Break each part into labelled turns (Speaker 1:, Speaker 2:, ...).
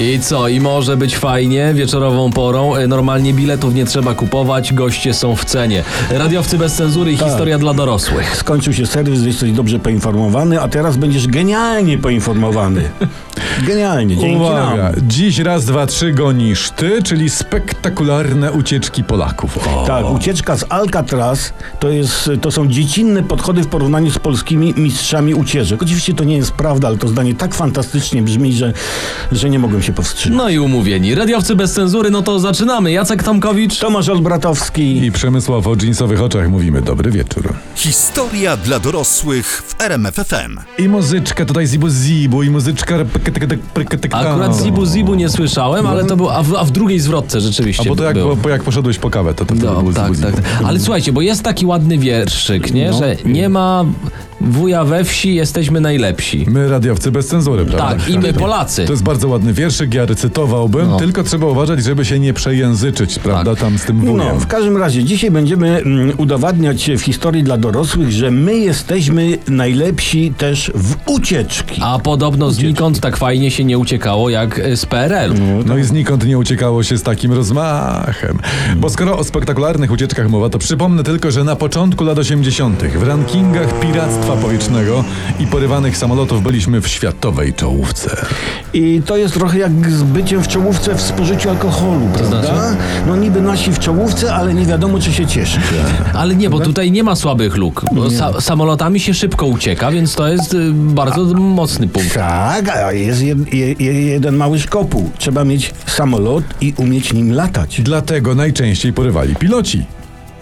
Speaker 1: I co? I może być fajnie wieczorową porą. E, Normalnie biletów nie trzeba kupować, goście są w cenie. Radiowcy bez cenzury i
Speaker 2: Tak.
Speaker 1: historia dla dorosłych.
Speaker 3: Skończył się serwis, jesteś dobrze poinformowany, a teraz będziesz genialnie poinformowany. Genialnie, dzięki
Speaker 2: Uwaga,
Speaker 3: nam.
Speaker 2: dziś raz, dwa, trzy gonisz ty, czyli spektakularne ucieczki Polaków.
Speaker 3: Tak, ucieczka z Alcatraz to, jest, to są dziecinne podchody w porównaniu z polskimi mistrzami ucieczek. Oczywiście to nie jest prawda, ale to zdanie tak fantastycznie brzmi, że, że nie mogłem się powstrzymać.
Speaker 1: No i umówieni. Radiowcy bez cenzury, no to zaczynamy. Jacek Tomkowicz.
Speaker 3: Tomasz Olbratowski.
Speaker 2: I Przemysław o dżinsowych oczach mówimy dobry wieczór.
Speaker 4: Historia dla dorosłych w RMFFM.
Speaker 2: I muzyczka tutaj zibu zibu, i muzyczka...
Speaker 1: Akurat Zibu Zibu nie słyszałem, ale to był, a w, a w drugiej zwrotce
Speaker 2: A
Speaker 1: rzeczywiście
Speaker 2: bo to jak,
Speaker 1: było.
Speaker 2: po, jak poszedłeś po kawę, to to wtedy
Speaker 1: No,
Speaker 2: było
Speaker 1: tak,
Speaker 2: zibu
Speaker 1: tak,
Speaker 2: zibu.
Speaker 1: tak. Ale słuchajcie, bo jest taki ładny wierszyk, nie?
Speaker 3: No.
Speaker 1: Że nie ma wuja we wsi, jesteśmy najlepsi.
Speaker 2: My radiowcy bez cenzury, prawda?
Speaker 1: Tak, i my Polacy.
Speaker 2: To jest bardzo ładny wierszyk, ja recytowałbym,
Speaker 1: No. Tak.
Speaker 2: tylko trzeba uważać, żeby się nie przejęzyczyć, prawda, tam z tym wujem.
Speaker 3: No, w każdym razie dzisiaj będziemy mm, udowadniać w historii dla dorosłych, że my jesteśmy najlepsi też w ucieczki.
Speaker 1: A podobno znikąd tak fajnie się nie uciekało jak y, z PRL-u.
Speaker 2: No i znikąd nie uciekało się z takim rozmachem. Bo skoro o spektakularnych ucieczkach mowa, to przypomnę tylko, że na początku lat 80. w rankingach piractwa powietrznego i porywanych samolotów byliśmy w światowej czołówce.
Speaker 3: I to jest trochę jak z byciem w czołówce w spożyciu alkoholu, prawda?
Speaker 1: znaczy?
Speaker 3: No niby nasi w czołówce, ale nie wiadomo czy się cieszy.
Speaker 2: Tak.
Speaker 1: Ale nie, bo tutaj nie ma słabych luk. Bo sa samolotami się szybko ucieka, więc to jest y, bardzo mocny punkt.
Speaker 3: Tak, a jest jed, je, je, jeden mały szkopuł. Trzeba mieć samolot i umieć nim latać.
Speaker 2: Dlatego najczęściej porywali piloci.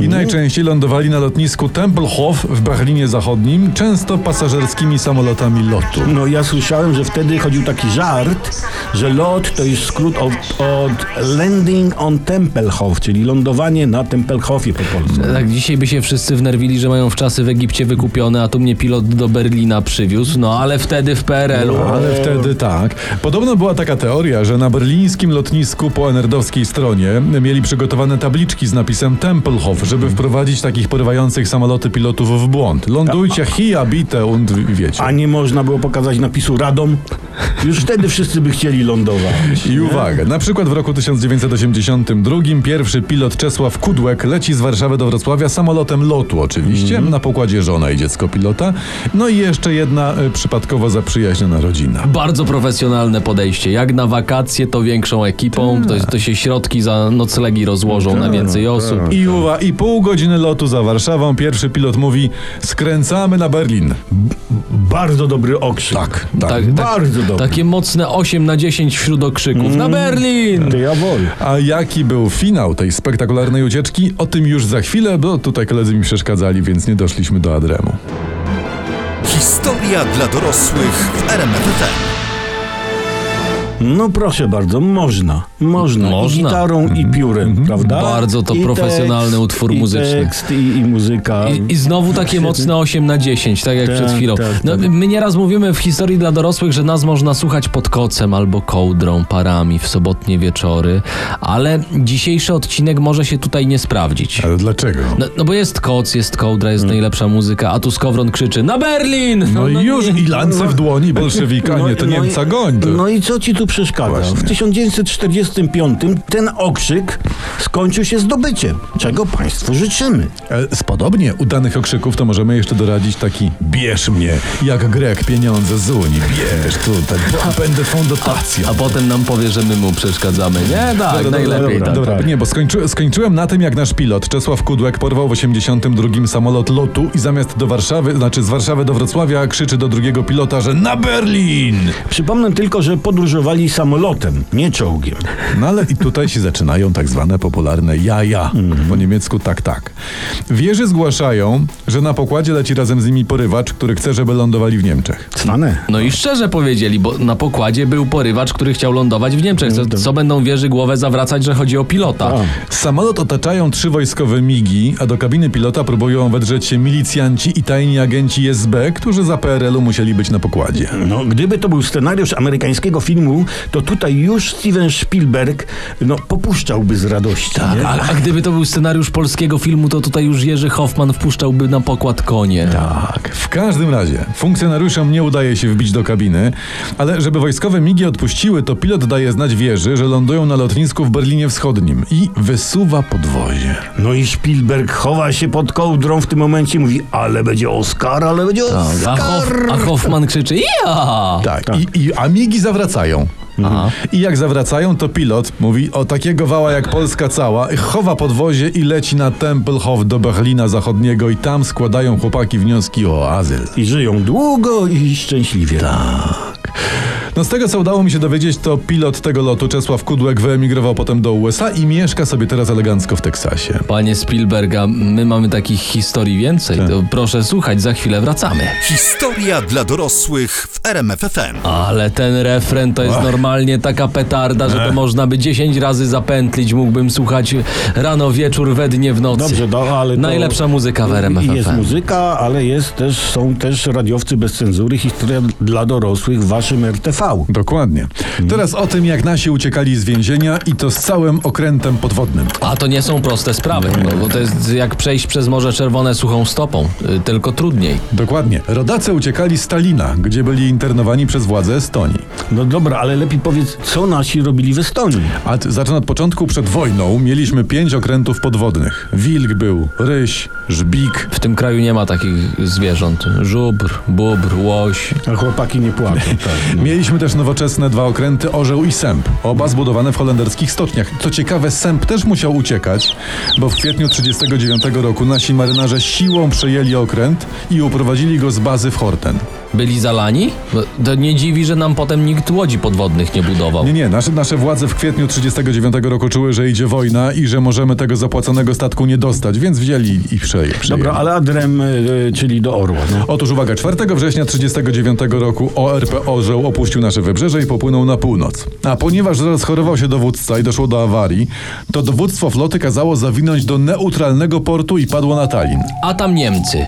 Speaker 2: I najczęściej lądowali na lotnisku Tempelhof w Berlinie Zachodnim, często pasażerskimi samolotami lotu.
Speaker 3: No ja słyszałem, że wtedy chodził taki żart, że lot to już skrót od, od landing on Tempelhof, czyli lądowanie na Tempelhofie po polsku.
Speaker 1: Tak, dzisiaj by się wszyscy wnerwili, że mają wczasy w Egipcie wykupione, a tu mnie pilot do Berlina przywiózł. No ale wtedy w PRL-u.
Speaker 2: No, Ale wtedy tak. Podobno była taka teoria, że na berlińskim lotnisku po enerdowskiej stronie mieli przygotowane tabliczki z napisem Tempelhof, żeby wprowadzić takich porywających samoloty pilotów w błąd. Lądujcie hier, bitte und wiecie.
Speaker 3: A nie można było pokazać napisu Radom? Już wtedy wszyscy by chcieli lądować.
Speaker 2: I uwaga, na przykład w roku 1982 pierwszy pilot Czesław Kudłek leci z Warszawy do Wrocławia samolotem lotu oczywiście, na pokładzie żona i dziecko pilota, no i jeszcze jedna y, przypadkowo zaprzyjaźniona rodzina.
Speaker 1: Bardzo profesjonalne podejście. Jak na wakacje, to większą ekipą, to, to się środki za noclegi rozłożą na więcej osób.
Speaker 2: I uwa, i pół godziny lotu za Warszawą pierwszy pilot mówi skręcamy na Berlin.
Speaker 3: Bardzo dobry okrzyk.
Speaker 2: Tak, tak.
Speaker 1: Tak,
Speaker 3: Bardzo dobry.
Speaker 1: Takie mocne 8 na 10 wśród okrzyków. Na Berlin!
Speaker 3: To ja wolę.
Speaker 2: A jaki był finał tej spektakularnej ucieczki? O tym już za chwilę, bo tutaj koledzy mi przeszkadzali, więc nie doszliśmy do Adremu.
Speaker 4: Historia dla dorosłych w RMFFM.
Speaker 3: No proszę bardzo, można.
Speaker 1: Można.
Speaker 3: Można.
Speaker 1: Mhm.
Speaker 3: I gitarą, i piórem, prawda?
Speaker 1: Bardzo to
Speaker 3: I
Speaker 1: profesjonalny
Speaker 3: tekst,
Speaker 1: utwór
Speaker 3: i
Speaker 1: muzyczny.
Speaker 3: Tekst, i, i muzyka. No
Speaker 1: I, I znowu takie mocne 8 na 10, tak jak
Speaker 3: Tak,
Speaker 1: przed chwilą.
Speaker 3: tak,
Speaker 1: No,
Speaker 3: tak.
Speaker 1: my nieraz mówimy w historii dla dorosłych, że nas można słuchać pod kocem albo kołdrą, parami w sobotnie wieczory, ale dzisiejszy odcinek może się tutaj nie sprawdzić.
Speaker 2: Ale dlaczego?
Speaker 1: No, no bo jest koc, jest kołdra, jest najlepsza muzyka, a tu Skowron krzyczy na Berlin!
Speaker 2: No, i już i lance w dłoni bolszewika, No nie, to
Speaker 3: no i-
Speaker 2: Niemca goń. To-
Speaker 3: No i co ci tu przeszkadza? W 1945 ten okrzyk skończył się zdobyciem, czego państwu życzymy.
Speaker 2: E, Z podobnie udanych okrzyków to możemy jeszcze doradzić taki bierz mnie, jak Grek pieniądze z Unii, bierz tutaj, bo będę fondotacją.
Speaker 1: A potem nam powie, że my mu przeszkadzamy. Nie, tak,
Speaker 2: Dobra, dobra,
Speaker 1: najlepiej
Speaker 2: no, dobra,
Speaker 1: tak.
Speaker 2: dobra. Nie, bo skończy, skończyłem na tym, jak nasz pilot Czesław Kudłek porwał w 82 samolot lotu i zamiast do Warszawy, znaczy z Warszawy do Wrocławia krzyczy do drugiego pilota, że na Berlin!
Speaker 3: Przypomnę tylko, że podróżowali samolotem, nie czołgiem.
Speaker 2: No ale i tutaj się zaczynają tak zwane popularne jaja.
Speaker 1: Mhm.
Speaker 2: Po niemiecku tak, tak. Wieży zgłaszają, że na pokładzie leci razem z nimi porywacz, który chce, żeby lądowali w Niemczech.
Speaker 3: Cwane.
Speaker 1: No i szczerze powiedzieli, bo na pokładzie był porywacz, który chciał lądować w Niemczech.
Speaker 2: No,
Speaker 1: Co, co będą wieży głowę zawracać, że chodzi o pilota?
Speaker 2: Samolot otaczają trzy wojskowe migi, a do kabiny pilota próbują wedrzeć się milicjanci i tajni agenci SB, którzy za PRL-u musieli być na pokładzie.
Speaker 3: No, gdyby to był scenariusz amerykańskiego filmu, to tutaj już Steven Spielberg no, popuszczałby z radości.
Speaker 1: Tak,
Speaker 3: nie?
Speaker 1: a, a gdyby to był scenariusz polskiego filmu, to tutaj już Jerzy Hoffman wpuszczałby na pokład konie.
Speaker 2: Tak, w każdym razie funkcjonariuszom nie udaje się wbić do kabiny, ale żeby wojskowe migi odpuściły, to pilot daje znać wieży, że lądują na lotnisku w Berlinie Wschodnim i wysuwa podwozie.
Speaker 3: No i Spielberg chowa się pod kołdrą w tym momencie i mówi, ale będzie Oscar, ale będzie Oscar.
Speaker 1: Tak, A, Hoff, a Hoffman krzyczy ja!
Speaker 2: Tak, I, i a migi zawracają.
Speaker 3: Mhm.
Speaker 2: I jak zawracają, to pilot mówi o takiego wała jak Polska cała, chowa podwozie i leci na Tempelhof do Berlina Zachodniego i tam składają chłopaki wnioski o azyl.
Speaker 3: I żyją długo i szczęśliwie.
Speaker 1: Tak.
Speaker 2: No z tego co udało mi się dowiedzieć, to pilot tego lotu Czesław Kudłek wyemigrował potem do USA i mieszka sobie teraz elegancko w Teksasie.
Speaker 1: Panie Spielberga, my mamy takich historii więcej,
Speaker 3: Tak.
Speaker 1: to proszę słuchać, za chwilę wracamy.
Speaker 4: Historia dla dorosłych w RMFFM.
Speaker 1: Ale ten refren to jest normalnie taka petarda, że to można by 10 razy zapętlić, mógłbym słuchać rano, wieczór, we dnie, w nocy.
Speaker 3: Dobrze, no, ale to-
Speaker 1: Najlepsza muzyka w RMF
Speaker 3: Jest
Speaker 1: FM.
Speaker 3: muzyka, ale jest też, są też radiowcy bez cenzury, historia dla dorosłych w waszym RTV.
Speaker 2: Dokładnie. Teraz o tym, jak nasi uciekali z więzienia i to z całym okrętem podwodnym.
Speaker 1: A to nie są proste sprawy, no, bo to jest jak przejść przez Morze Czerwone suchą stopą, y, tylko trudniej.
Speaker 2: Dokładnie. Rodacy uciekali z Stalina, gdzie byli internowani przez władze Estonii.
Speaker 3: No dobra, ale lepiej powiedz, co nasi robili w Estonii.
Speaker 2: A t- zacznę od początku. Przed wojną mieliśmy pięć okrętów podwodnych. Wilk był, ryś, żbik.
Speaker 1: W tym kraju nie ma takich zwierząt. Żubr, bóbr, łoś.
Speaker 3: A chłopaki nie płaczą. Tak,
Speaker 2: Mieliśmy też nowoczesne dwa okręty Orzeł i Sęp, oba zbudowane w holenderskich stoczniach. Co ciekawe, Sęp też musiał uciekać, bo w kwietniu 1939 roku nasi marynarze siłą przejęli okręt i uprowadzili go z bazy w Horten.
Speaker 1: Byli zalani? Bo To nie dziwi, że nam potem nikt łodzi podwodnych nie budował.
Speaker 2: Nie, nie, nasze, nasze władze w kwietniu 1939 roku czuły, że idzie wojna i że możemy tego zapłaconego statku nie dostać, więc wzięli i przeje, przejęli.
Speaker 3: Dobra, ale adrem, y, czyli do orła. No.
Speaker 2: Otóż uwaga, 4 września 1939 roku ORP Orzeł opuścił nasze wybrzeże i popłynął na północ. A ponieważ rozchorował się dowódca i doszło do awarii, to dowództwo floty kazało zawinąć do neutralnego portu i padło na Tallin.
Speaker 1: A tam Niemcy.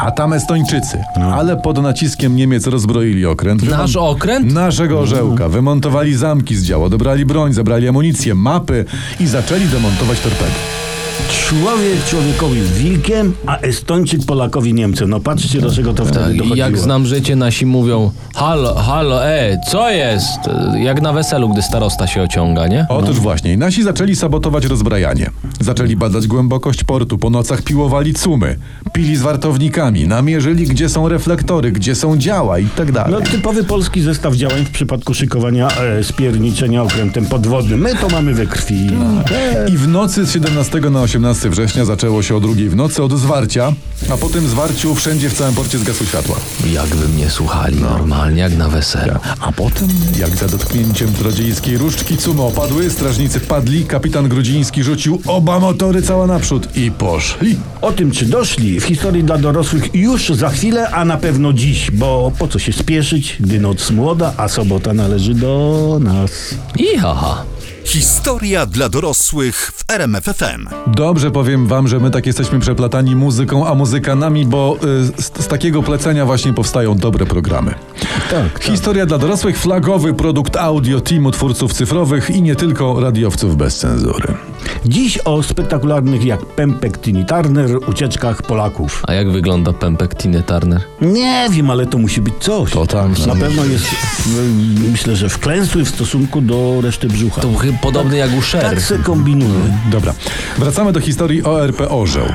Speaker 2: A tam Estończycy. Ale pod naciskiem Niemiec rozbroili okręt.
Speaker 1: Nasz
Speaker 2: Wymon-
Speaker 1: okręt?
Speaker 2: Naszego orzełka. Wymontowali zamki z działa, dobrali broń, zabrali amunicję, mapy i zaczęli demontować torpedy.
Speaker 3: Człowiek człowiekowi wilkiem, a Estończyk Polakowi Niemcem. No patrzcie, do czego to wtedy
Speaker 1: Tak,
Speaker 3: dochodziło.
Speaker 1: jak znam życie, nasi mówią Halo, halo, e, co jest? Jak na weselu, gdy starosta się ociąga, nie?
Speaker 2: Otóż właśnie, i nasi zaczęli sabotować rozbrajanie. Zaczęli badać głębokość portu, po nocach piłowali cumy, pili z wartownikami, namierzyli gdzie są reflektory, gdzie są działa i tak dalej.
Speaker 3: No typowy polski zestaw działań w przypadku szykowania e, spierniczenia okrętem podwodnym. My to mamy we krwi.
Speaker 2: I w nocy z 17 na 18 września zaczęło się o drugiej w nocy od zwarcia, a po tym zwarciu wszędzie w całym porcie zgasły światła.
Speaker 1: Jakby mnie słuchali normalnie, jak na weselu.
Speaker 2: A potem, jak za dotknięciem trodziejskiej różdżki cumy opadły, strażnicy padli, kapitan Grudziński rzucił oba motory cała naprzód i poszli.
Speaker 3: O tym, czy doszli w historii dla dorosłych już za chwilę, a na pewno dziś, bo po co się spieszyć, gdy noc młoda, a sobota należy do nas.
Speaker 1: I haha.
Speaker 4: Historia dla dorosłych w RMFFM.
Speaker 2: Dobrze powiem wam, że my tak jesteśmy przeplatani muzyką, a muzykanami, bo y, z, z takiego plecenia właśnie powstają dobre programy.
Speaker 3: Tak,
Speaker 2: Historia dla dorosłych, flagowy produkt audio teamu twórców cyfrowych i nie tylko radiowców bez cenzury.
Speaker 3: Dziś o spektakularnych jak pępek Tini Turner ucieczkach Polaków.
Speaker 1: A jak wygląda pępek Tiny Turner?
Speaker 3: Nie wiem, ale to musi być coś.
Speaker 2: To tak,
Speaker 3: Na
Speaker 2: no.
Speaker 3: pewno jest, w- myślę, że wklęsły w stosunku do reszty brzucha.
Speaker 1: To chyba podobny jak u Sher.
Speaker 3: Tak se kombinuje.
Speaker 2: Dobra, wracamy do historii ORP Orzeł.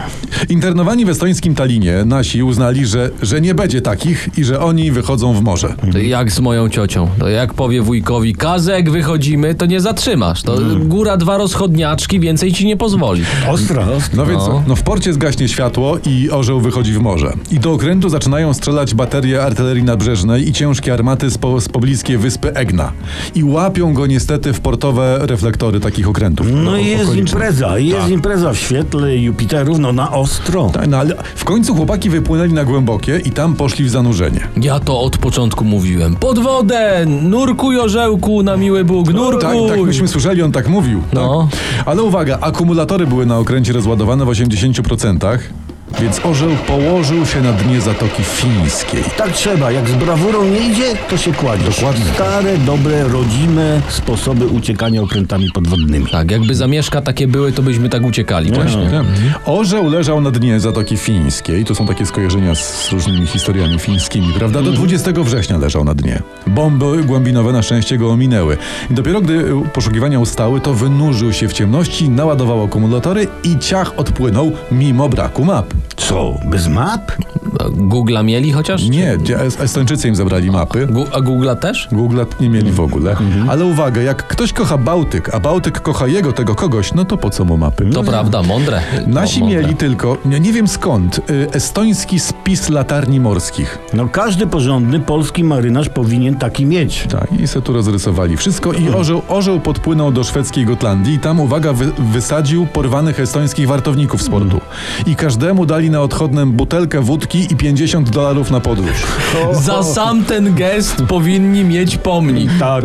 Speaker 2: Internowani w estońskim Talinie nasi uznali, że, że nie będzie takich i że oni wychodzą w morze.
Speaker 1: To Jak z moją ciocią. To jak powie wujkowi, Kazek, wychodzimy, to nie zatrzymasz. To
Speaker 2: Mhm.
Speaker 1: góra dwa rozchodniaczki, więcej ci nie pozwoli.
Speaker 3: Ostra, ostra.
Speaker 2: No więc co? No w porcie zgaśnie światło i orzeł wychodzi w morze. I do okrętu zaczynają strzelać baterie artylerii nabrzeżnej i ciężkie armaty z, po, z pobliskiej wyspy Egna. I łapią go niestety w portowe reflektory takich okrętów.
Speaker 3: No
Speaker 2: o-
Speaker 3: i jest
Speaker 2: okolicznych.
Speaker 3: impreza, i jest impreza w świetle Jupiterów, no na ostro.
Speaker 2: Tak, no ale w końcu chłopaki wypłynęli na głębokie i tam poszli w zanurzenie.
Speaker 1: Ja to od początku mówiłem. Pod wodę! Nurkuj orzełku na miły Bóg, nurkuj!
Speaker 2: Tak, tak myśmy słyszeli, on tak mówił.
Speaker 1: No.
Speaker 2: Tak? Ale uwaga, akumulatory były na okręcie rozładowane w 80%. Więc orzeł położył się na dnie Zatoki Fińskiej.
Speaker 3: Tak trzeba, jak z brawurą nie idzie, to się kładzie.
Speaker 2: Dokładnie.
Speaker 3: Stare, dobre, rodzime sposoby uciekania okrętami podwodnymi.
Speaker 1: Tak, jakby zamieszka takie były, to byśmy tak uciekali. Właśnie.
Speaker 2: Właśnie. Orzeł leżał na dnie Zatoki Fińskiej. To są takie skojarzenia z różnymi historiami fińskimi, prawda? Do 20 września leżał na dnie. Bomby głębinowe na szczęście go ominęły. I dopiero gdy y, poszukiwania ustały, to wynurzył się w ciemności, naładował akumulatory i ciach odpłynął mimo braku map.
Speaker 3: Co, bez map?
Speaker 1: Google'a mieli chociaż?
Speaker 2: Nie, Es- Estończycy im zabrali mapy.
Speaker 1: Gu- a Google'a też?
Speaker 2: Google nie mieli w ogóle.
Speaker 1: Mhm.
Speaker 2: Ale uwaga, jak ktoś kocha Bałtyk, a Bałtyk kocha jego, tego kogoś, no to po co mu mapy?
Speaker 1: To prawda, mądre.
Speaker 2: Nasi
Speaker 1: O, mądre.
Speaker 2: mieli tylko, nie, nie wiem skąd, y, estoński spis latarni morskich.
Speaker 3: No każdy porządny polski marynarz powinien taki mieć.
Speaker 2: Tak, i se tu rozrysowali wszystko
Speaker 1: Mhm.
Speaker 2: i orzeł, orzeł podpłynął do szwedzkiej Gotlandii i tam, uwaga, wy, wysadził porwanych estońskich wartowników z portu.
Speaker 1: Mhm.
Speaker 2: I każdemu dali na odchodnem butelkę wódki i 50 dolarów na podróż.
Speaker 1: Za sam ten gest powinni mieć pomnik.
Speaker 3: Tak,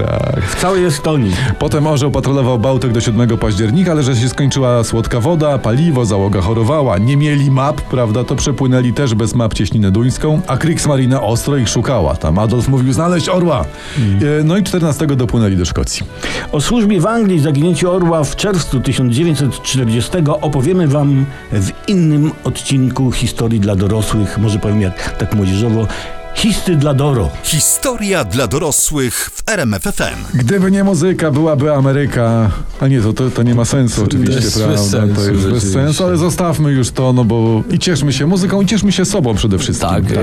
Speaker 3: w całej Estonii.
Speaker 2: Potem orzeł patrolował Bałtyk do 7 października, ale że się skończyła słodka woda, paliwo, załoga chorowała. Nie mieli map, prawda, to przepłynęli też bez map cieśninę duńską, a Kriegsmarina ostro ich szukała. Tam Adolf mówił znaleźć orła.
Speaker 1: Mm.
Speaker 2: E, No i 14 dopłynęli do Szkocji.
Speaker 3: O służbie w Anglii i zaginięciu orła w czerwcu 1940 opowiemy wam w innym odcinku historii dla dorosłych, może powiem jak tak młodzieżowo, histy dla Doro.
Speaker 4: Historia dla dorosłych w RMFFM.
Speaker 2: Gdyby nie muzyka, byłaby Ameryka. A nie, to, to, to nie ma sensu oczywiście,
Speaker 1: jest bez
Speaker 2: prawda?
Speaker 1: sensu,
Speaker 2: to jest bez
Speaker 1: rzeczywiście.
Speaker 2: sensu, ale zostawmy już to, no bo i cieszmy się muzyką, i cieszmy się sobą przede wszystkim.
Speaker 1: Tak, y,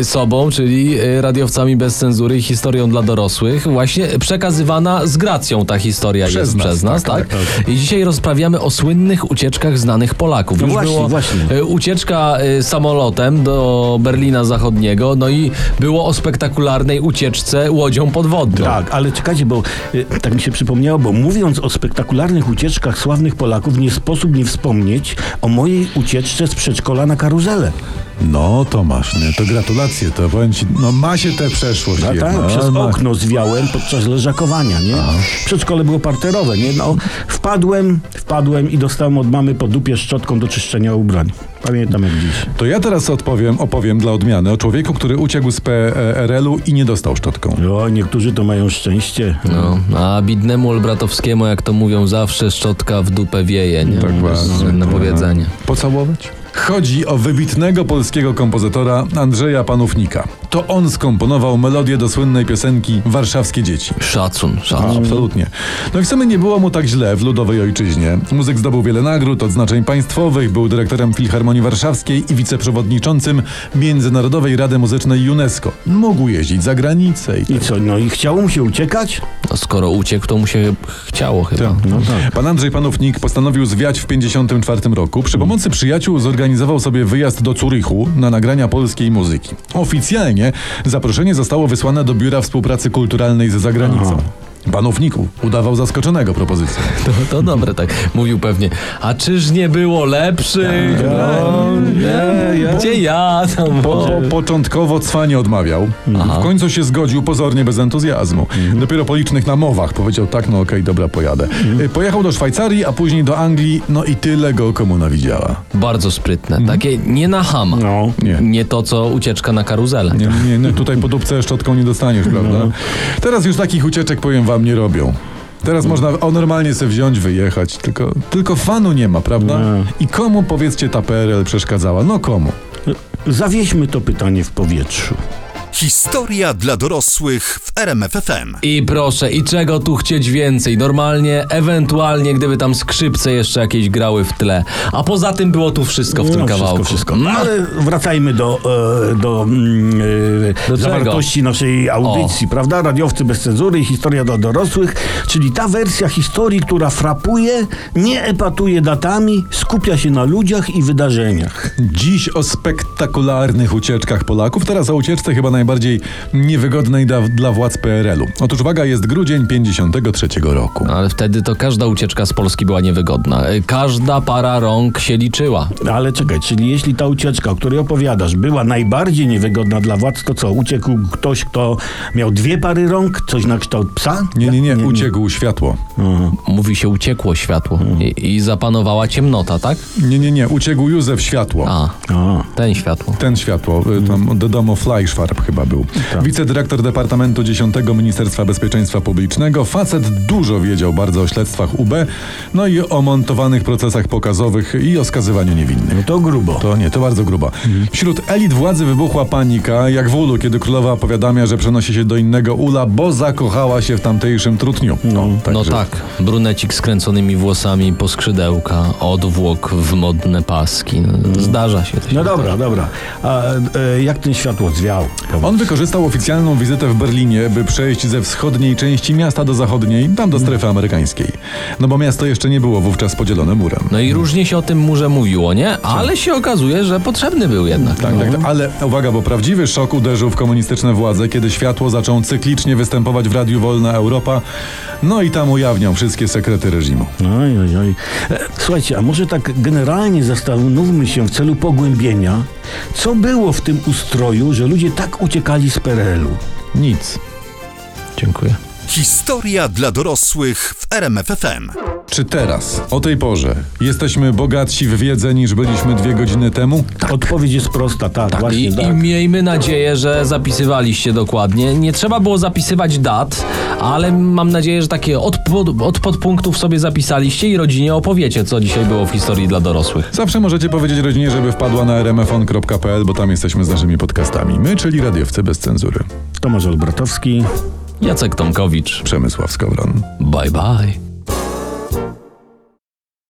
Speaker 1: y, sobą, czyli y, radiowcami bez cenzury i historią dla dorosłych. Właśnie przekazywana z gracją ta historia
Speaker 2: Przez
Speaker 1: jest
Speaker 2: nas,
Speaker 1: przez nas, tak,
Speaker 2: tak,
Speaker 1: I dzisiaj rozprawiamy o słynnych ucieczkach znanych Polaków.
Speaker 3: No właśnie,
Speaker 1: było
Speaker 3: właśnie.
Speaker 1: y, ucieczka y, samolotem do Berlina Zachodniego, no i było o spektakularnej ucieczce łodzią podwodną.
Speaker 3: Tak, ale czekajcie, bo y, tak mi się przypomniało, bo mówiąc o spektakularnych ucieczkach sławnych Polaków, nie sposób nie wspomnieć o mojej ucieczce z przedszkola na karuzelę.
Speaker 2: No Tomasz, nie, to gratulacje, to powiem ci, no ma się tę przeszłość
Speaker 1: No
Speaker 3: A
Speaker 2: jedna.
Speaker 3: tak, przez
Speaker 2: ma-
Speaker 3: okno zwiałem podczas leżakowania, nie? Przedszkole było parterowe, nie? No, wpadłem, wpadłem i dostałem od mamy po dupie szczotką do czyszczenia ubrań. Pamiętam jak dziś.
Speaker 2: To ja teraz odpowiem, opowiem dla odmiany o człowieku, który uciekł z PRL-u i nie dostał szczotką.
Speaker 3: O, niektórzy to mają szczęście.
Speaker 1: No, a bidnemu Olbratowskiemu, jak to mówią zawsze, szczotka w dupę wieje, nie?
Speaker 2: Tak
Speaker 1: To jest
Speaker 2: właśnie.
Speaker 1: Słynne powiedzenie.
Speaker 2: Pocałować? Chodzi o wybitnego polskiego kompozytora Andrzeja Panównika. To on skomponował melodię do słynnej piosenki Warszawskie Dzieci.
Speaker 1: Szacun,
Speaker 2: Tak.
Speaker 1: szacun.
Speaker 2: Absolutnie. No i w sumie nie było mu tak źle w ludowej ojczyźnie. Muzyk zdobył wiele nagród, odznaczeń państwowych, był dyrektorem Filharmonii Warszawskiej i wiceprzewodniczącym Międzynarodowej Rady Muzycznej UNESCO. Mógł jeździć za granicę i
Speaker 3: I co, no i chciało mu się uciekać?
Speaker 1: A No skoro uciekł, to mu się chciało chyba.
Speaker 3: No tak.
Speaker 2: Pan Andrzej Panównik postanowił zwiać w 54 roku. Przy pomocy przyjaciół zorganizował sobie wyjazd do Curychu na nagrania polskiej muzyki. Oficjalnie zaproszenie zostało wysłane do Biura Współpracy Kulturalnej ze zagranicą. Panówniku udawał zaskoczonego propozycją.
Speaker 1: To, to dobre, tak. Mówił pewnie, a czyż nie było lepszych? Gdzie ja tam?
Speaker 2: Po,
Speaker 3: E.
Speaker 2: początkowo cwanie odmawiał. W końcu się zgodził, pozornie bez entuzjazmu.
Speaker 3: Mhm.
Speaker 2: Dopiero po licznych namowach powiedział tak, no okej, dobra, pojadę. Y, Pojechał do Szwajcarii, a później do Anglii, no i tyle go komuna widziała.
Speaker 1: Bardzo sprytne. Takie nie na hama.
Speaker 3: No.
Speaker 2: Nie.
Speaker 1: Nie to, co ucieczka na karuzelę.
Speaker 2: Nie, nie, nie, tutaj po dupce szczotką nie dostaniesz, prawda? Teraz już takich ucieczek, powiem wam, nie robią. Teraz można o normalnie sobie wziąć, wyjechać, tylko, tylko fanu nie ma, prawda?
Speaker 3: Nie.
Speaker 2: I komu, powiedzcie, ta PRL przeszkadzała? No komu?
Speaker 3: Zawieźmy to pytanie w powietrzu.
Speaker 4: Historia dla dorosłych w RMFFM.
Speaker 1: I proszę, i czego tu chcieć więcej? Normalnie, ewentualnie, gdyby tam skrzypce jeszcze jakieś grały w tle. A poza tym było tu wszystko w tym
Speaker 3: No,
Speaker 1: kawałku.
Speaker 3: Wszystko,
Speaker 1: No.
Speaker 3: wszystko. Ale wracajmy do, e, do, mm, e,
Speaker 1: Do
Speaker 3: zawartości naszej audycji, prawda? Radiowcy bez cenzury i historia dla dorosłych, czyli ta wersja historii, która frapuje, nie epatuje datami, skupia się na ludziach i wydarzeniach.
Speaker 2: Dziś o spektakularnych ucieczkach Polaków, teraz o ucieczce chyba naj, najbardziej niewygodnej dla, dla władz PRL-u. Otóż uwaga, jest grudzień 53 roku.
Speaker 1: Ale wtedy to każda ucieczka z Polski była niewygodna. E, Każda para rąk się liczyła.
Speaker 3: Ale czekaj, czyli jeśli ta ucieczka, o której opowiadasz, była najbardziej niewygodna dla władz, to co? Uciekł ktoś, kto miał dwie pary rąk, coś na kształt psa?
Speaker 2: Nie, nie, nie, uciekł światło.
Speaker 1: Mówi się uciekło światło i, i zapanowała ciemnota, tak?
Speaker 2: Nie, nie, nie, uciekł Józef światło.
Speaker 1: A,
Speaker 3: A, Tak,
Speaker 1: ten światło.
Speaker 2: Ten światło, y, tam Dodomo Fleischfarb chyba był. Wicedyrektor Departamentu 10 Ministerstwa Bezpieczeństwa Publicznego. Facet dużo wiedział bardzo o śledztwach UB, no i o montowanych procesach pokazowych i o skazywaniu niewinnych.
Speaker 3: no to grubo.
Speaker 2: To nie, to bardzo gruba. Wśród elit władzy wybuchła panika, jak w ulu, kiedy królowa powiadamia, że przenosi się do innego ula, bo zakochała się w tamtejszym trutniu. No,
Speaker 1: No
Speaker 2: także-
Speaker 1: tak, brunecik z kręconymi włosami po skrzydełka, odwłok w modne paski. No, Zdarza się. to się
Speaker 3: No dobra, dobra. A e, jak ten światło zwiał?
Speaker 2: On wykorzystał oficjalną wizytę w Berlinie, by przejść ze wschodniej części miasta do zachodniej, tam do strefy amerykańskiej. No bo miasto jeszcze nie było wówczas podzielone murem.
Speaker 1: No
Speaker 3: Mm.
Speaker 1: i różnie się o tym murze mówiło, nie? Ale się okazuje, że potrzebny był jednak.
Speaker 2: Tak, tak, tak. Ale uwaga, bo prawdziwy szok uderzył w komunistyczne władze, kiedy światło zaczął cyklicznie występować w Radiu Wolna Europa. No i tam ujawniał wszystkie sekrety reżimu.
Speaker 3: Oj, oj, oj. E, Słuchajcie, a może tak generalnie zastanówmy się w celu pogłębienia, co było w tym ustroju, że ludzie tak uciekali z PRL-u?
Speaker 2: Nic.
Speaker 1: Dziękuję.
Speaker 4: Historia dla dorosłych w RMFFM.
Speaker 2: Czy teraz, o tej porze, jesteśmy bogatsi w wiedzę niż byliśmy dwie godziny temu?
Speaker 3: Odpowiedź jest prosta, tak, właśnie
Speaker 1: I,
Speaker 3: tak.
Speaker 1: I miejmy nadzieję, że zapisywaliście dokładnie. Nie trzeba było zapisywać dat, ale mam nadzieję, że takie od, pod- od podpunktów sobie zapisaliście i rodzinie opowiecie, co dzisiaj było w historii dla dorosłych.
Speaker 2: Zawsze możecie powiedzieć rodzinie, żeby wpadła na rmfon.pl, bo tam jesteśmy z naszymi podcastami. My, czyli radiowcy bez cenzury.
Speaker 3: Tomasz Olbratowski.
Speaker 1: Jacek Tomkowicz,
Speaker 2: Przemysław Skowron.
Speaker 1: bye bye.